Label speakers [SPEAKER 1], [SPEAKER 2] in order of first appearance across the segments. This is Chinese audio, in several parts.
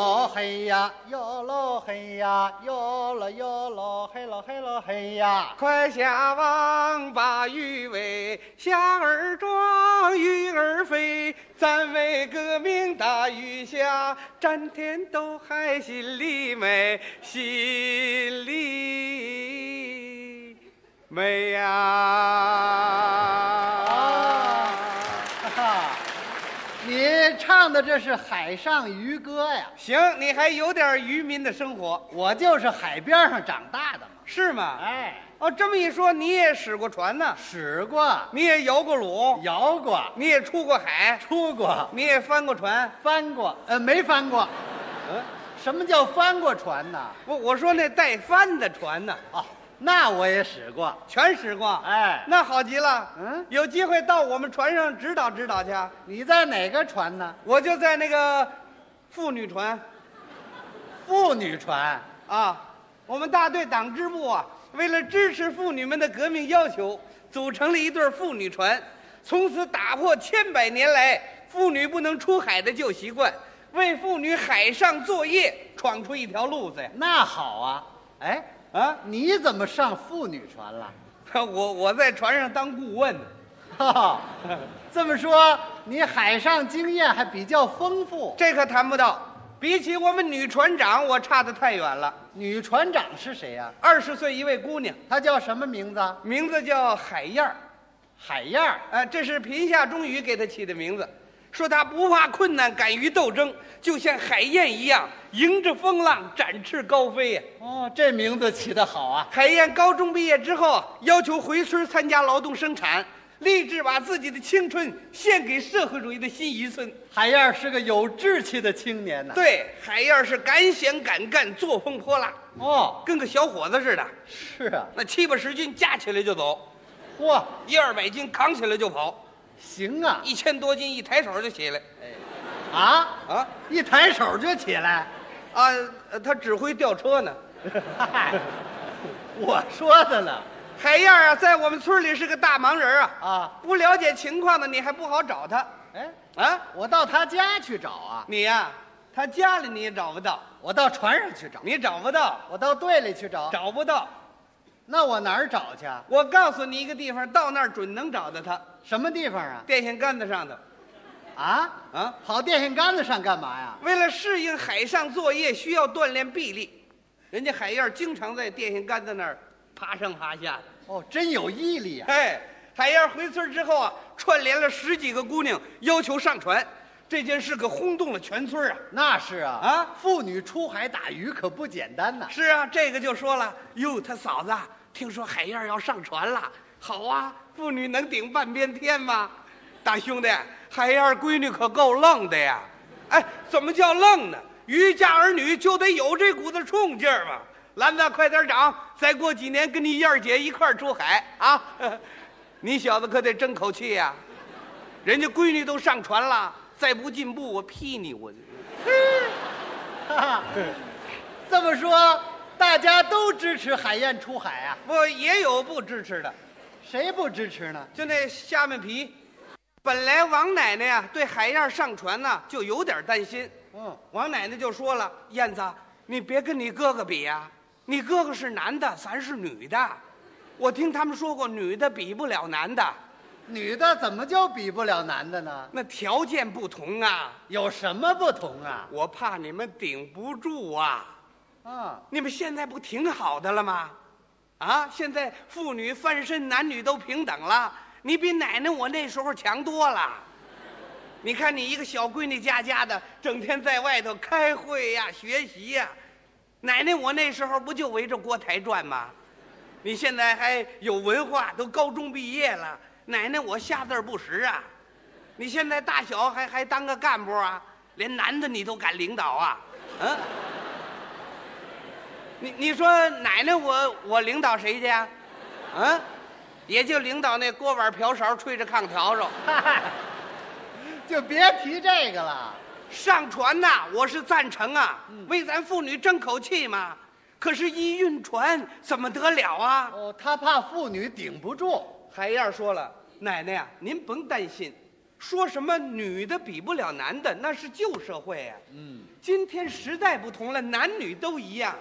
[SPEAKER 1] 呀，哟喽嘿呀，哟了哟喽嘿喽嘿喽嘿呀，
[SPEAKER 2] 快啊下网把鱼喂，虾儿壮，鱼儿肥，咱为革命打鱼虾，战天斗海心里美，心里美呀、
[SPEAKER 1] 哈哈，你唱的这是海上渔歌呀，
[SPEAKER 2] 行，你还有点渔民的生活，
[SPEAKER 1] 我就是海边上长大的嘛。
[SPEAKER 2] 是吗？
[SPEAKER 1] 哎，
[SPEAKER 2] 哦，这么一说，你也使过船呢，
[SPEAKER 1] 使过，
[SPEAKER 2] 你也摇过橹，
[SPEAKER 1] 摇过，
[SPEAKER 2] 你也出过海，
[SPEAKER 1] 出过，
[SPEAKER 2] 你也翻过船。
[SPEAKER 1] 翻过，呃，没翻过。
[SPEAKER 2] 嗯，
[SPEAKER 1] 什么叫翻过船呢？
[SPEAKER 2] 不，我说那带帆的船呢，
[SPEAKER 1] 哦，那我也使过。
[SPEAKER 2] 全使过。
[SPEAKER 1] 哎，
[SPEAKER 2] 那好极了。
[SPEAKER 1] 嗯
[SPEAKER 2] 有机会到我们船上指导指导去。啊
[SPEAKER 1] 你在哪个船呢？
[SPEAKER 2] 我就在那个妇女船
[SPEAKER 1] 妇女船。
[SPEAKER 2] 啊，我们大队党支部啊，为了支持妇女们的革命要求，组成了一对妇女船，从此打破千百年来妇女不能出海的旧习惯，为妇女海上作业闯出一条路子呀！
[SPEAKER 1] 那好啊，哎，
[SPEAKER 2] 啊，
[SPEAKER 1] 你怎么上妇女船了？
[SPEAKER 2] 我我在船上当顾问呢。
[SPEAKER 1] 哈哈，这么说你海上经验还比较丰富。
[SPEAKER 2] 这可谈不到。比起我们女船长，我差得太远了。
[SPEAKER 1] 女船长是谁呀、
[SPEAKER 2] 二十岁一位姑娘，
[SPEAKER 1] 她叫什么名字？
[SPEAKER 2] 名字叫海燕儿，
[SPEAKER 1] 海燕儿。
[SPEAKER 2] 呃，这是贫下中鱼给她起的名字。说她不怕困难，敢于斗争，就像海燕一样，迎着风浪展翅高飞呀、
[SPEAKER 1] 哦，这名字起得好啊！
[SPEAKER 2] 海燕高中毕业之后啊，要求回村参加劳动生产，立志把自己的青春献给社会主义的新渔村。
[SPEAKER 1] 海燕儿是个有志气的青年呢、
[SPEAKER 2] 对，海燕儿是敢想敢干，作风泼辣，
[SPEAKER 1] 哦，
[SPEAKER 2] 跟个小伙子似的。
[SPEAKER 1] 是啊，
[SPEAKER 2] 那七八十斤架起来就走，
[SPEAKER 1] 嚯，
[SPEAKER 2] 一二百斤扛起来就跑，
[SPEAKER 1] 行啊！
[SPEAKER 2] 一千多斤一抬手就起来。
[SPEAKER 1] 啊，
[SPEAKER 2] 啊
[SPEAKER 1] 一抬手就起来。
[SPEAKER 2] 啊，呃他指挥吊车呢。
[SPEAKER 1] 嗨，我说的呢。
[SPEAKER 2] 海燕儿啊，在我们村里是个大忙人啊，
[SPEAKER 1] 啊，
[SPEAKER 2] 不了解情况的你还不好找他
[SPEAKER 1] 哎，
[SPEAKER 2] 啊。
[SPEAKER 1] 我到他家去找啊，
[SPEAKER 2] 你呀、他家里你也找不到，
[SPEAKER 1] 我到船上去找，
[SPEAKER 2] 你找不到，
[SPEAKER 1] 我到队里去找。
[SPEAKER 2] 找不到。
[SPEAKER 1] 那我哪儿找去？啊？
[SPEAKER 2] 我告诉你一个地方，到那儿准能找到他，
[SPEAKER 1] 什么地方啊？
[SPEAKER 2] 电线杆子上头
[SPEAKER 1] 啊，
[SPEAKER 2] 啊。
[SPEAKER 1] 跑电线杆子上干嘛呀？
[SPEAKER 2] 为了适应海上作业，需要锻炼臂力，人家海燕儿经常在电线杆子那儿爬上爬下的。
[SPEAKER 1] 哦，真有毅力啊呀、
[SPEAKER 2] 哎，海燕回村之后啊，串联了十几个姑娘，要求上船。这件事可轰动了全村啊！
[SPEAKER 1] 那是啊，
[SPEAKER 2] 啊，
[SPEAKER 1] 妇女出海打鱼可不简单呐、
[SPEAKER 2] 是啊，这个就说了，哟，他嫂子，听说海燕要上船了，好啊，妇女能顶半边天吗？大兄弟，海燕闺女可够愣的呀！哎，怎么叫愣呢？渔家儿女就得有这股子冲劲儿嘛！兰子，快点长，再过几年跟你燕儿姐一块儿出海啊！ 你小子可得争口气呀、人家闺女都上船了，再不进步，我劈你！我就
[SPEAKER 1] 哈哈，这么说，大家都支持海燕出海啊？
[SPEAKER 2] 不也有不支持的。
[SPEAKER 1] 谁不支持呢？
[SPEAKER 2] 就那下面皮，本来王奶奶呀、对海燕上船呢、就有点担心。
[SPEAKER 1] 嗯，
[SPEAKER 2] 王奶奶就说了：“燕子，你别跟你哥哥比呀、你哥哥是男的，咱是女的。我听他们说过，女的比不了男的，
[SPEAKER 1] 女的怎么就比不了男的呢？
[SPEAKER 2] 那条件不同啊。
[SPEAKER 1] 有什么不同啊？
[SPEAKER 2] 我怕你们顶不住啊。
[SPEAKER 1] 啊，
[SPEAKER 2] 你们现在不挺好的了吗？啊，现在妇女翻身，男女都平等了。你比奶奶我那时候强多了。你看你一个小闺女家家的，整天在外头开会呀、学习呀。奶奶我那时候不就围着锅台转吗？你现在还有文化，都高中毕业了。奶奶我下字儿不识啊。你现在大小还还当个干部啊？连男的你都敢领导啊？嗯、你你说奶奶我我领导谁去呀、啊？也就领导那锅碗瓢勺吹着炕笤帚。
[SPEAKER 1] 嗨，就别提这个了。
[SPEAKER 2] 上船呐、我是赞成啊，为咱妇女争口气嘛。可是，一晕船怎么得了啊？
[SPEAKER 1] 哦，他怕妇女顶不住。
[SPEAKER 2] 啊海燕说了，奶奶呀、您甭担心，说什么女的比不了男的，那是旧社会啊呀、
[SPEAKER 1] 嗯，
[SPEAKER 2] 今天时代不同了，男女都一样，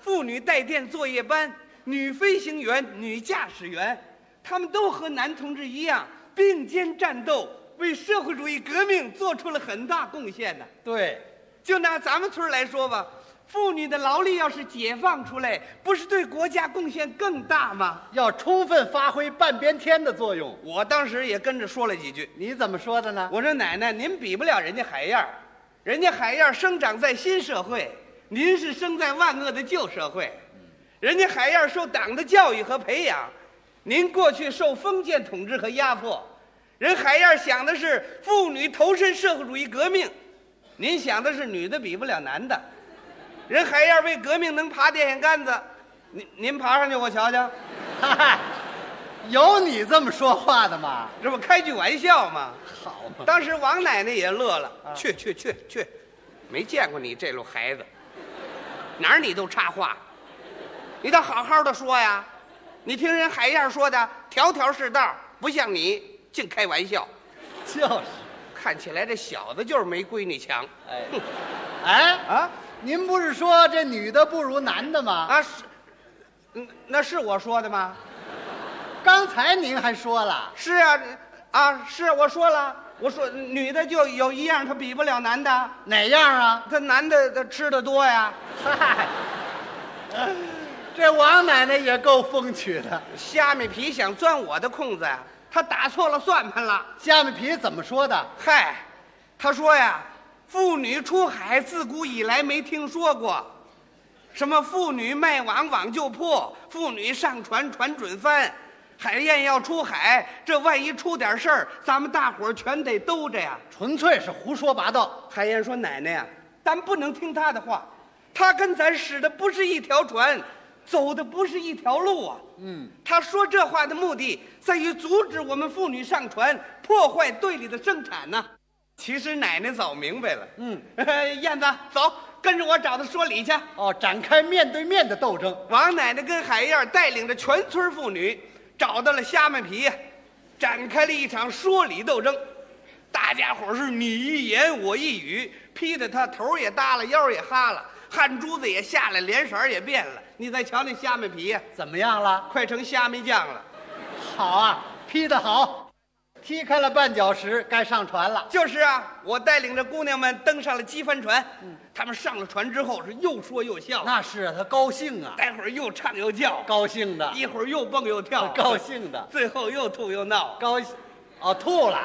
[SPEAKER 2] 妇女带电作业班、女飞行员、女驾驶员，他们都和男同志一样并肩战斗，为社会主义革命做出了很大贡献呢、
[SPEAKER 1] 对，
[SPEAKER 2] 就拿咱们村儿来说吧，妇女的劳力要是解放出来，不是对国家贡献更大吗？
[SPEAKER 1] 要充分发挥半边天的作用。
[SPEAKER 2] 我当时也跟着说了几句，
[SPEAKER 1] 你怎么说的呢？
[SPEAKER 2] 我说奶奶，您比不了人家海燕儿，人家海燕儿生长在新社会，您是生在万恶的旧社会。人家海燕儿受党的教育和培养，您过去受封建统治和压迫。人海燕儿想的是妇女投身社会主义革命，您想的是女的比不了男的。人海燕儿为革命能爬电线杆子，您您爬上去我瞧瞧，
[SPEAKER 1] 嗨， 有你这么说话的吗？
[SPEAKER 2] 这不开句玩笑吗？
[SPEAKER 1] 好嘛，
[SPEAKER 2] 当时王奶奶也乐了，去去去去，没见过你这路孩子，哪儿你都插话，你倒好好的说呀。你听人海燕儿说的，条条是道，不像你净开玩笑。
[SPEAKER 1] 就是，
[SPEAKER 2] 看起来这小子就是没闺女强
[SPEAKER 1] 哎，哎，
[SPEAKER 2] 啊
[SPEAKER 1] 您不是说这女的不如男的吗？
[SPEAKER 2] 啊是，嗯那是我说的吗？
[SPEAKER 1] 刚才您还说了，
[SPEAKER 2] 是啊，啊是我说了，我说女的就有一样，她比不了男的，
[SPEAKER 1] 哪样啊？
[SPEAKER 2] 她男的她吃的多呀。
[SPEAKER 1] 嗨， 这王奶奶也够风趣的。
[SPEAKER 2] 虾米皮想钻我的空子呀，他打错了算盘了。
[SPEAKER 1] 虾米皮怎么说的？
[SPEAKER 2] 嗨，他说呀，妇女出海自古以来没听说过，什么妇女卖网网就破，妇女上船船准翻。海燕要出海，这万一出点事儿，咱们大伙儿全得兜着呀。
[SPEAKER 1] 纯粹是胡说八道。
[SPEAKER 2] 海燕说：“奶奶呀、咱不能听他的话，他跟咱使的不是一条船，走的不是一条路啊。”
[SPEAKER 1] 嗯，
[SPEAKER 2] 他说这话的目的在于阻止我们妇女上船，破坏队里的生产呢、其实奶奶早明白了。
[SPEAKER 1] 嗯，
[SPEAKER 2] 燕子，走，跟着我找他说理去。
[SPEAKER 1] 哦，展开面对面的斗争。
[SPEAKER 2] 王奶奶跟海燕儿带领着全村妇女找到了虾麦皮呀，展开了一场说理斗争。大家伙儿是你一言我一语，批得他头儿也耷拉，腰儿也哈了，汗珠子也下来，脸色儿也变了。你再瞧那虾麦皮呀，
[SPEAKER 1] 怎么样了？
[SPEAKER 2] 快成虾米酱了。
[SPEAKER 1] 好啊，劈得好，踢开了绊脚石，该上船了。
[SPEAKER 2] 就是啊，我带领着姑娘们登上了机帆船。她们上了船之后是又说又笑，
[SPEAKER 1] 嗯那是啊他高兴啊，
[SPEAKER 2] 待会儿又唱又叫，
[SPEAKER 1] 高兴的，
[SPEAKER 2] 一会儿又蹦又 跳，
[SPEAKER 1] 高，兴的，
[SPEAKER 2] 最后又吐又闹。
[SPEAKER 1] 高兴，哦，吐了。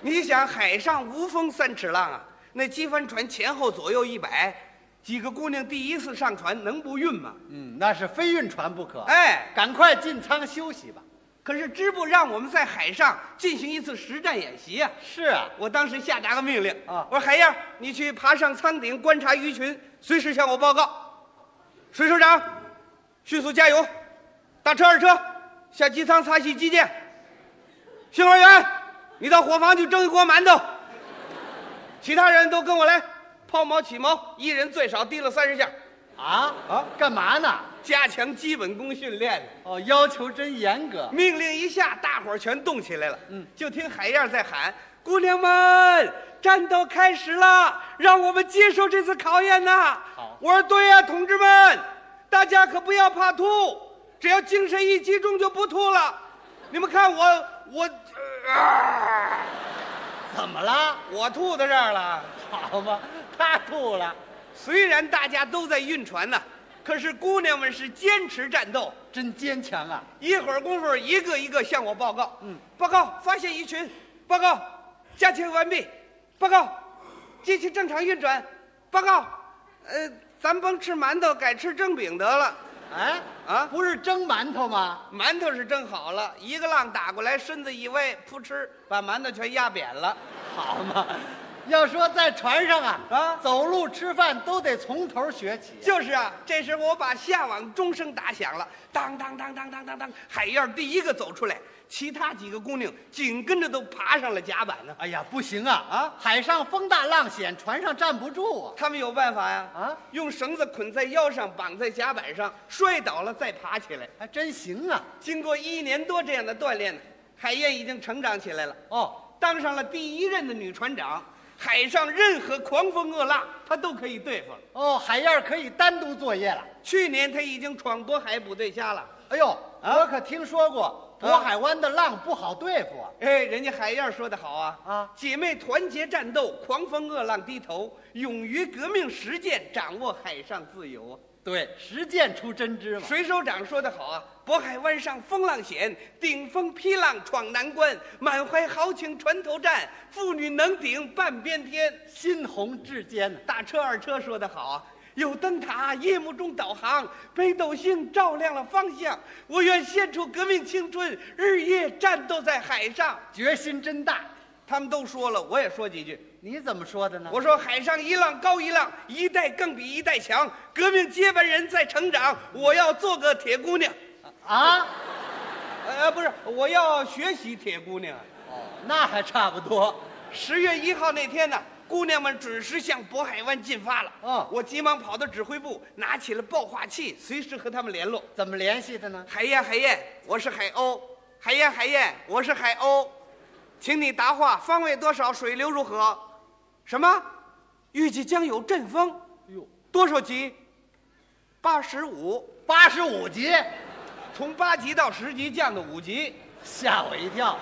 [SPEAKER 2] 你想，海上无风三尺浪啊，那机帆船前后左右一摆，几个姑娘第一次上船，能不晕吗？
[SPEAKER 1] 嗯，那是非晕船不可。，
[SPEAKER 2] 哎，
[SPEAKER 1] 赶快进舱休息吧。
[SPEAKER 2] 可是支部让我们在海上进行一次实战演习啊。
[SPEAKER 1] 是啊，
[SPEAKER 2] 我当时下达个命令
[SPEAKER 1] 啊
[SPEAKER 2] 我说海燕儿，你去爬上舱顶观察鱼群，随时向我报告。水手长，迅速加油！大车、二车，下机舱擦洗机件。巡逻员，你到伙房去蒸一锅馒头。其他人都跟我来，抛锚起锚，一人最少提了三十下，
[SPEAKER 1] 啊
[SPEAKER 2] 啊
[SPEAKER 1] 啊，干嘛呢？
[SPEAKER 2] 加强基本功训练。
[SPEAKER 1] 哦，要求真严格。
[SPEAKER 2] 命令一下，大伙儿全动起来了。
[SPEAKER 1] 嗯，
[SPEAKER 2] 就听海燕儿在喊：“姑娘们，战斗开始了，让我们接受这次考验呐！”
[SPEAKER 1] 好
[SPEAKER 2] 我说：“对呀、同志们，大家可不要怕吐，只要精神一集中就不吐了。你们看我，我，呃啊
[SPEAKER 1] 怎么了？
[SPEAKER 2] 我吐到这儿了。
[SPEAKER 1] 好嘛，他吐了，
[SPEAKER 2] 虽然大家都在晕船呢、可是姑娘们是坚持战斗。”
[SPEAKER 1] 真坚强啊！
[SPEAKER 2] 一会儿功夫，一个一个向我报告。
[SPEAKER 1] 嗯，
[SPEAKER 2] 报告发现鱼群，报告加强完毕，报告机器正常运转，报告，呃，咱甭吃馒头，改吃蒸饼得了。
[SPEAKER 1] 哎，
[SPEAKER 2] 啊
[SPEAKER 1] 不是蒸馒头吗？
[SPEAKER 2] 馒头是蒸好了，一个浪打过来，身子一歪，扑哧，把馒头全压扁了。
[SPEAKER 1] 好嘛，要说在船上啊
[SPEAKER 2] 啊
[SPEAKER 1] 走路吃饭都得从头学起。
[SPEAKER 2] 就是啊，这时候我把下网钟声打响了，当当当当当当当，海燕儿第一个走出来，其他几个姑娘紧跟着都爬上了甲板呢。
[SPEAKER 1] 哎呀，不行啊
[SPEAKER 2] 啊
[SPEAKER 1] 啊！海上风大浪险，船上站不住啊！
[SPEAKER 2] 他们有办法呀！
[SPEAKER 1] 啊
[SPEAKER 2] 用绳子捆在腰上，绑在甲板上，摔倒了再爬起来。
[SPEAKER 1] 还真行啊！
[SPEAKER 2] 经过一年多这样的锻炼呢，海燕已经成长起来了。
[SPEAKER 1] 哦，
[SPEAKER 2] 当上了第一任的女船长，海上任何狂风恶浪，她都可以对付。
[SPEAKER 1] 哦，海燕儿可以单独作业了。
[SPEAKER 2] 去年她已经闯过海捕对虾了。
[SPEAKER 1] 哎呦，我可听说过渤海湾的浪不好对付啊。
[SPEAKER 2] 哎，人家海燕儿说得好啊
[SPEAKER 1] 啊
[SPEAKER 2] 姐妹团结战斗，狂风恶浪低头，勇于革命实践，掌握海上自由啊。
[SPEAKER 1] 对，实践出真知嘛。
[SPEAKER 2] 水手长说得好啊，渤海湾上风浪险，顶风劈浪闯难关，满怀豪情船头站，妇女能顶半边天。
[SPEAKER 1] 新红志坚呐，
[SPEAKER 2] 大车二车说得好啊，有灯塔，夜幕中导航，北斗星照亮了方向。我愿献出革命青春，日夜战斗在海上。
[SPEAKER 1] 决心真大。
[SPEAKER 2] 他们都说了，我也说几句。
[SPEAKER 1] 你怎么说的呢？
[SPEAKER 2] 我说海上一浪高一浪，一代更比一代强，革命接班人在成长。我要做个铁姑娘，
[SPEAKER 1] 啊，
[SPEAKER 2] 呃，不是，我要学习铁姑娘。
[SPEAKER 1] 哦那还差不多。
[SPEAKER 2] 十月一号那天呢，姑娘们准时向渤海湾进发了。
[SPEAKER 1] 哦
[SPEAKER 2] 我急忙跑到指挥部，拿起了报话器，随时和他们联络。
[SPEAKER 1] 怎么联系的呢？
[SPEAKER 2] 海燕，海燕，我是海鸥。海燕，海燕，我是海鸥，请你答话，方位多少，水流如何？什么？预计将有阵风，
[SPEAKER 1] 哟，
[SPEAKER 2] 多少级？八十五，
[SPEAKER 1] 八十五级，
[SPEAKER 2] 从八级到十级降到五级。
[SPEAKER 1] 吓我一跳。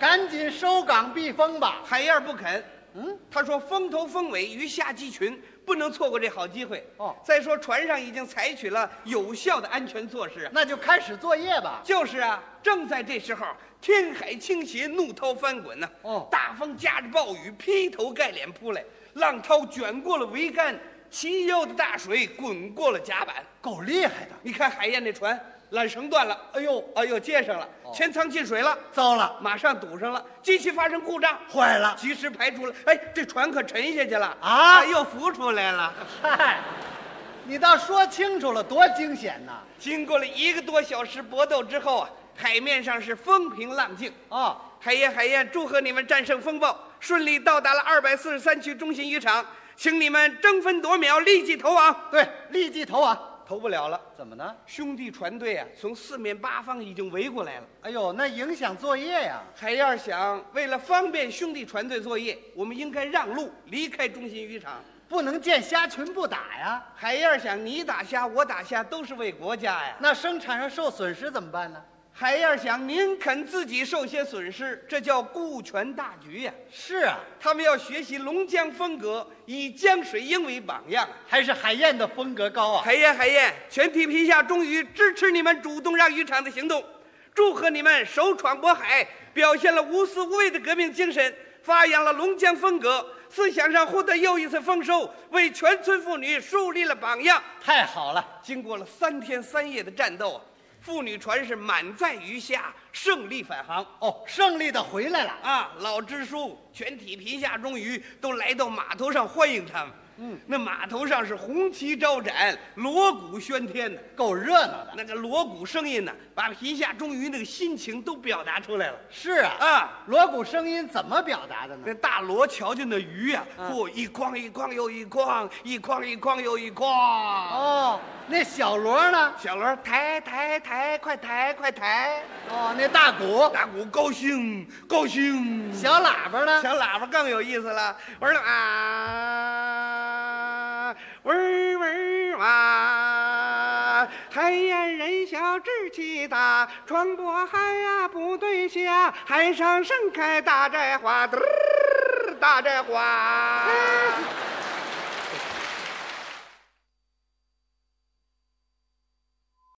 [SPEAKER 1] 赶紧收港避风吧。
[SPEAKER 2] 海燕不肯，
[SPEAKER 1] 嗯，
[SPEAKER 2] 他说风头风尾鱼虾鸡群，不能错过这好机会。
[SPEAKER 1] 哦
[SPEAKER 2] 再说船上已经采取了有效的安全措施啊。
[SPEAKER 1] 那就开始作业吧。
[SPEAKER 2] 就是啊，正在这时候，天海倾斜，怒涛翻滚呐、
[SPEAKER 1] 哦
[SPEAKER 2] 大风夹着暴雨，劈头盖脸扑来，浪涛卷过了桅杆，齐腰的大水滚过了甲板。
[SPEAKER 1] 够厉害的。
[SPEAKER 2] 你看海燕那船缆绳断了，
[SPEAKER 1] 哎呦，
[SPEAKER 2] 哎呦接上了，
[SPEAKER 1] 哦
[SPEAKER 2] 前舱进水了，
[SPEAKER 1] 糟了，
[SPEAKER 2] 马上堵上了，机器发生故障，
[SPEAKER 1] 坏了。
[SPEAKER 2] 及时排除了。哎，这船可沉下去了
[SPEAKER 1] 啊
[SPEAKER 2] 哎又浮出来了。
[SPEAKER 1] 嗨，你倒说清楚了，多惊险呐！
[SPEAKER 2] 经过了一个多小时搏斗之后啊，海面上是风平浪静。
[SPEAKER 1] 哦，
[SPEAKER 2] 海燕，海燕，祝贺你们战胜风暴，顺利到达了二百四十三区中心渔场，请你们争分夺秒，立即投网。
[SPEAKER 1] 对，立即投啊！
[SPEAKER 2] 投不了了，
[SPEAKER 1] 怎么呢？
[SPEAKER 2] 兄弟船队啊，从四面八方已经围过来了。
[SPEAKER 1] 哎呦，那影响作业呀！
[SPEAKER 2] 海燕儿想，为了方便兄弟船队作业，我们应该让路，离开中心渔场。
[SPEAKER 1] 不能见虾群不打呀，
[SPEAKER 2] 海燕儿想，你打虾，我打虾，都是为国家呀。
[SPEAKER 1] 那生产上受损失怎么办呢？
[SPEAKER 2] 海燕儿想，宁肯自己受些损失，这叫顾全大局呀、
[SPEAKER 1] 是啊，
[SPEAKER 2] 他们要学习龙江风格，以江水英为榜样啊。
[SPEAKER 1] 还是海燕的风格高啊！
[SPEAKER 2] 海燕，海燕，全体皮下忠于支持你们主动让渔场的行动，祝贺你们首闯渤海，表现了无私无畏的革命精神，发扬了龙江风格，思想上获得又一次丰收，为全村妇女树立了榜样。
[SPEAKER 1] 太好了，
[SPEAKER 2] 经过了三天三夜的战斗啊，妇女船是满载鱼虾，胜利返航。
[SPEAKER 1] 哦，胜利的回来了。
[SPEAKER 2] 啊，老支书，全体皮下忠于都来到码头上欢迎他们。嗯，那码头上是红旗招展，锣鼓喧天呢。
[SPEAKER 1] 够热闹的。
[SPEAKER 2] 那个锣鼓声音呢，把皮下忠于那个心情都表达出来了
[SPEAKER 1] 是啊，
[SPEAKER 2] 啊。
[SPEAKER 1] 锣鼓声音怎么表达的呢？
[SPEAKER 2] 那大锣瞧见那鱼呀、
[SPEAKER 1] 嗯
[SPEAKER 2] 嚯、一筐一筐又一筐，一筐一筐又一筐。
[SPEAKER 1] 哦，那小锣呢？
[SPEAKER 2] 小锣抬抬抬，快抬快抬！
[SPEAKER 1] 哦，那大鼓，
[SPEAKER 2] 大鼓高兴高兴。
[SPEAKER 1] 小喇叭呢？
[SPEAKER 2] 小喇叭更有意思了，玩了啊，玩儿玩儿哇，海燕人小志气大，船舶海呀不对下，海上盛开大寨花，嘚儿大寨花。